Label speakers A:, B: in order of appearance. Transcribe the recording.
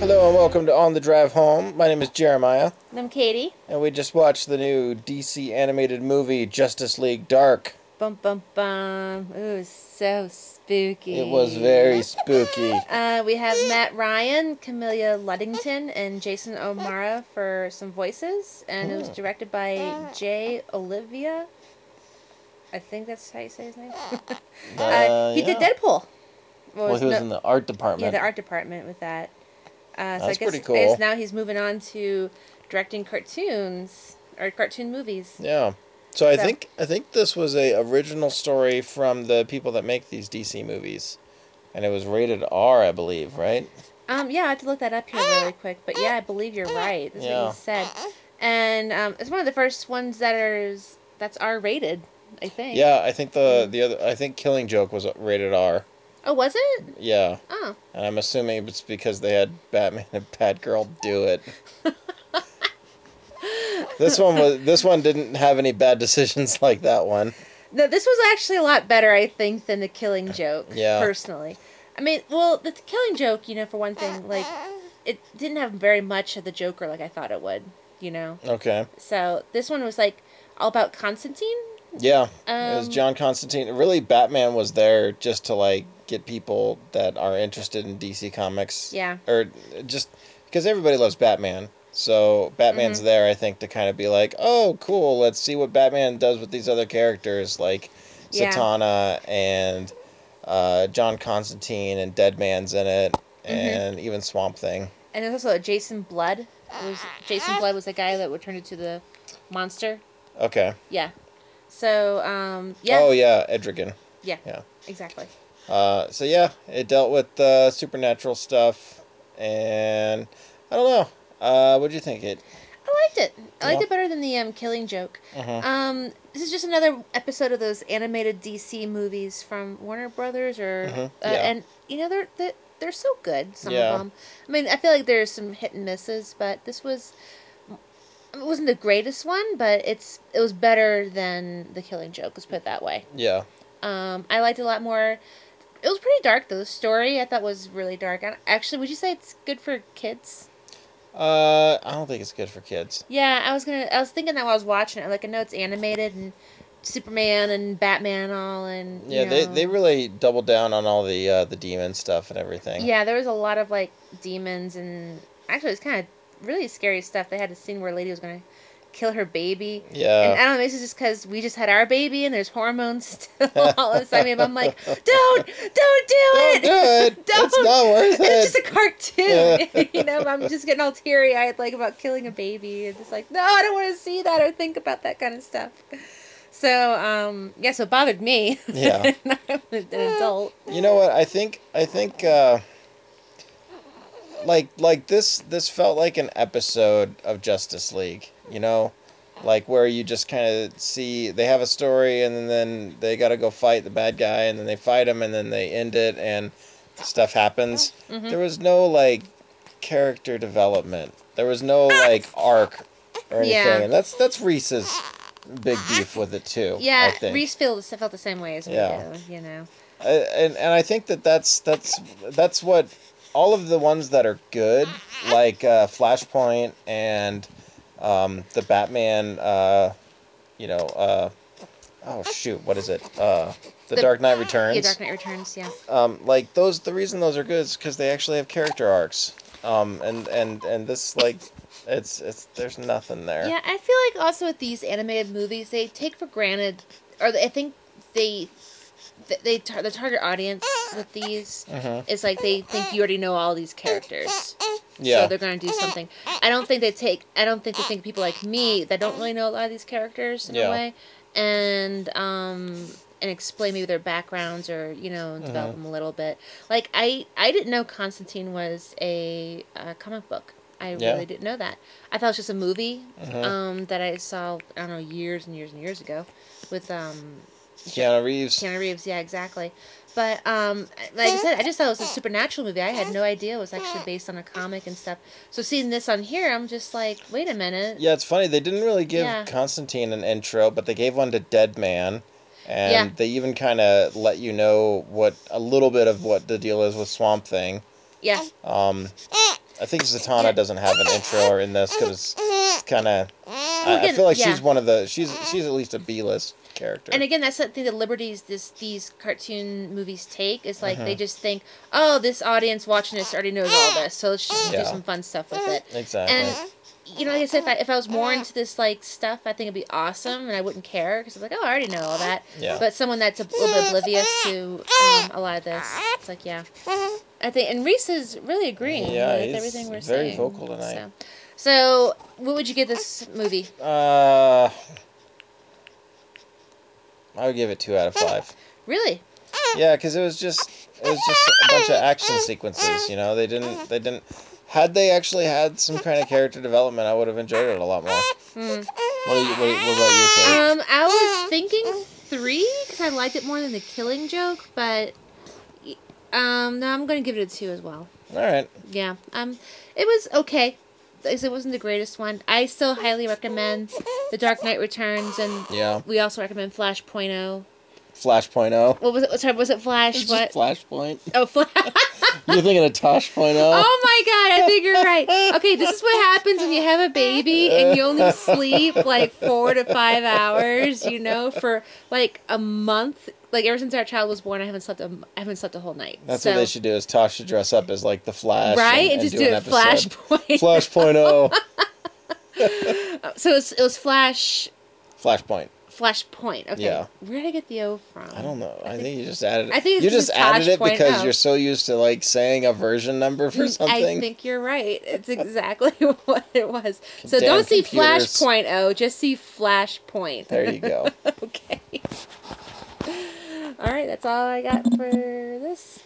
A: Hello and welcome to On the Drive Home. My name is Jeremiah,
B: And I'm Katie.
A: and we just watched the new DC animated movie Justice League Dark.
B: Bum bum bum. Ooh, so spooky.
A: It was very spooky.
B: Uh, we have Matt Ryan, Camilla Luddington, and Jason O'Mara for some voices, and it was
A: Hmm.
B: directed by Jay Olivia. I think that's how you say his name.
A: Uh,
B: Uh, he did
A: yeah.
B: Deadpool. Well,
A: Well,
B: it's
A: he was
B: no-
A: in the art department.
B: yeah, the art department with that. Uh,
A: That's
B: so I guess,
A: pretty
B: I
A: cool.
B: guess now he's moving on to directing cartoons or cartoon movies.
A: Yeah. So I
B: So-
A: think I think this was a original story from the people that make these DC movies, and it was rated R, I believe, right?
B: Um, yeah, I have to look that up here really quick. But yeah, I believe you're right. That's what
A: Yeah.
B: you said. And um, it's one of the first ones that are that's R rated, I think.
A: Yeah, I think the the other I think Killing Joke was rated R.
B: Oh, was it?
A: Yeah,
B: Oh,
A: and I'm assuming it's because they had Batman and Batgirl do it. this one was this one didn't have any bad decisions like that one.
B: no. This was actually a lot better, I think, than the Killing Joke.
A: Yeah.
B: Personally, I mean, well, the Killing Joke, you know, for one thing, like it didn't have very much of the Joker like I thought it would. You know.
A: Okay.
B: So this one was like all about Constantine.
A: Yeah, it was
B: Um,
A: John Constantine. Really, Batman was there just to like get people that are interested in DC comics.
B: Yeah.
A: Or just because everybody loves Batman, so Batman's
B: Mm-hmm.
A: there, I think, to kind of be like, oh, cool, let's see what Batman does with these other characters like
B: Yeah.
A: Satana and uh, John Constantine and Deadman's in it,
B: Mm-hmm.
A: and even Swamp Thing.
B: And there's also Jason Blood. It was, Jason Blood was the guy that would turn into the monster.
A: Okay.
B: Yeah. So, um, yeah.
A: Oh yeah, Edrigan.
B: yeah.
A: yeah.
B: Exactly.
A: Uh, so yeah, it dealt with uh, supernatural stuff, and I don't know. Uh, what do you think? It.
B: I liked it. I liked
A: Yeah.
B: it better than the um, Killing Joke.
A: Mhm.
B: Um, this is just another episode of those animated DC movies from Warner Brothers, or
A: Mhm,
B: uh,
A: yeah.
B: and you know they're they're, they're so good. Some
A: Yeah.
B: of them. I mean, I feel like there's some hit and misses, but this was. I mean, It wasn't the greatest one, but it's it was better than the Killing Joke. Let's put it that way.
A: Yeah.
B: Um, I liked it a lot more. It was pretty dark though. The story I thought was really dark. And actually, would you say it's good for kids?
A: Uh, I don't think it's good for kids.
B: Yeah, I was gonna. I was thinking that while I was watching it. Like I know it's animated and Superman and Batman and all and you
A: Yeah, they,
B: know.
A: they really doubled down on all the uh, the demon stuff and everything.
B: Yeah, there was a lot of like demons and actually it's kind of really scary stuff. They had a scene where a lady was gonna kill her baby.
A: Yeah.
B: And I don't know, maybe it's just because we just had our baby and there's hormones still all inside me. But I'm like, don't, don't do
A: Don't
B: it.
A: do it. Oh, It's
B: Don't.
A: not worth
B: It's just
A: it.
B: a cartoon. you know, I'm just getting all teary eyed, like about killing a baby. It's just like, no, I don't want to see that or think about that kind of stuff. So, um, yeah, so it bothered me.
A: Yeah.
B: And I'm an adult.
A: You know what? I think I think uh, like like this this felt like an episode of Justice League. You know, like where you just kind of see they have a story and then they got to go fight the bad guy and then they fight him and then they end it and stuff happens.
B: Mm-hmm.
A: There was no like character development. There was no like arc or anything,
B: Yeah.
A: and that's that's Reese's big beef with it too. I
B: Yeah,
A: think.
B: Reese feel- felt the same way as we
A: Yeah.
B: do, you know.
A: I- and and I think that that's that's that's what all of the ones that are good, like uh, Flashpoint and um, the Batman, uh, you know, uh, oh shoot, what is it? Uh, the,
B: The-
A: Dark Knight
B: Yeah,
A: Returns.
B: Dark Knight Returns, yeah.
A: um, like those, the reason those are good is because they actually have character arcs. Um, and and and this like, it's it's there's nothing there.
B: Yeah, I feel like also with these animated movies, they take for granted, or I think they, th- they tar- the target audience with these
A: Mhm.
B: is like they think you already know all these characters,
A: Yeah.
B: so they're gonna do something. I don't think they take. I don't think they think people like me that don't really know a lot of these characters in
A: Yeah.
B: a way, and um and explain maybe their backgrounds or you know
A: Mm-hmm.
B: develop them a little bit. Like I I didn't know Constantine was a, uh comic book. I
A: Yeah.
B: really didn't know that. I thought it was just a movie
A: Mm-hmm.
B: um, that I saw I don't know years and years and years ago with um,
A: Keanu Reeves.
B: Keanu Reeves. Yeah, exactly. But um, like I said, I just thought it was a supernatural movie. I had no idea it was actually based on a comic and stuff. So seeing this on here, I'm just like, wait a minute.
A: Yeah, it's funny. They didn't really give
B: Yeah.
A: Constantine an intro, but they gave one to Dead Man. And
B: Yeah.
A: they even kind of let you know what a little bit of what the deal is with Swamp Thing.
B: Yeah,
A: Um, I think Zatanna doesn't have an intro or in this because it's kind of.
B: We'll
A: I, I
B: get-
A: feel like
B: yeah.
A: she's one of the she's she's at least a B list character.
B: And again, that's something the liberties this these cartoon movies take. Is like
A: Uh-huh.
B: they just think, oh, this audience watching this already knows all this, so let's just
A: Yeah.
B: do some fun stuff with it.
A: exactly.
B: And you know, like I said, if I, if I was more into this like stuff, I think it'd be awesome, and I wouldn't care because I'm like, oh, I already know all that.
A: Yeah.
B: But someone that's a little bit oblivious to um, a lot of this, it's like, yeah, I think. And Reese is really agreeing
A: Yeah,
B: with
A: he's
B: everything we're
A: very
B: saying.
A: vocal tonight.
B: So. so, what would you give this movie?
A: uh, I would give it two out of five.
B: Really?
A: Yeah, because it was just it was just a bunch of action sequences. You know, they didn't they didn't. Had they actually had some kind of character development, I would have enjoyed it a lot more.
B: Hmm.
A: What, do you, what, do you- what about you, Kate?
B: Um, I was thinking three because I liked it more than the Killing Joke, but um, no, I'm gonna give it a two as well.
A: All right.
B: Yeah, um, it was okay. Like I said, It wasn't the greatest one. I still highly recommend The Dark Knight Returns, and
A: Yeah.
B: we also recommend Flashpoint. Oh,
A: Flashpoint oh.
B: what was it? Sorry, was it Flash?
A: It's
B: What?
A: just Flashpoint.
B: oh, Flash.
A: You're thinking of Tosh.0?
B: Oh my god, I think you're right. Okay, this is what happens when you have a baby and you only sleep like four to five hours, you know, for like a month. Like ever since our child was born, I haven't slept a, I haven't slept a whole night.
A: That's
B: so,
A: what they should do. Is Tosh should dress up as like the Flash,
B: right? And, just do,
A: an
B: it flashpoint.
A: Flashpoint oh.
B: so it was, it was flash
A: Flashpoint.
B: flashpoint. Okay,
A: Yeah.
B: where did I get the O from?
A: I don't know. I, think, you just added. It.
B: I think it's
A: you just
B: just
A: added it
B: Tosh.0.
A: because you're so used to like saying a version number for something.
B: oh. Hmm, I think you're right. It's exactly what it was. So
A: Damn
B: don't see
A: computers.
B: Flashpoint O, just see Flashpoint.
A: There you go.
B: okay. All right, that's all I got for this.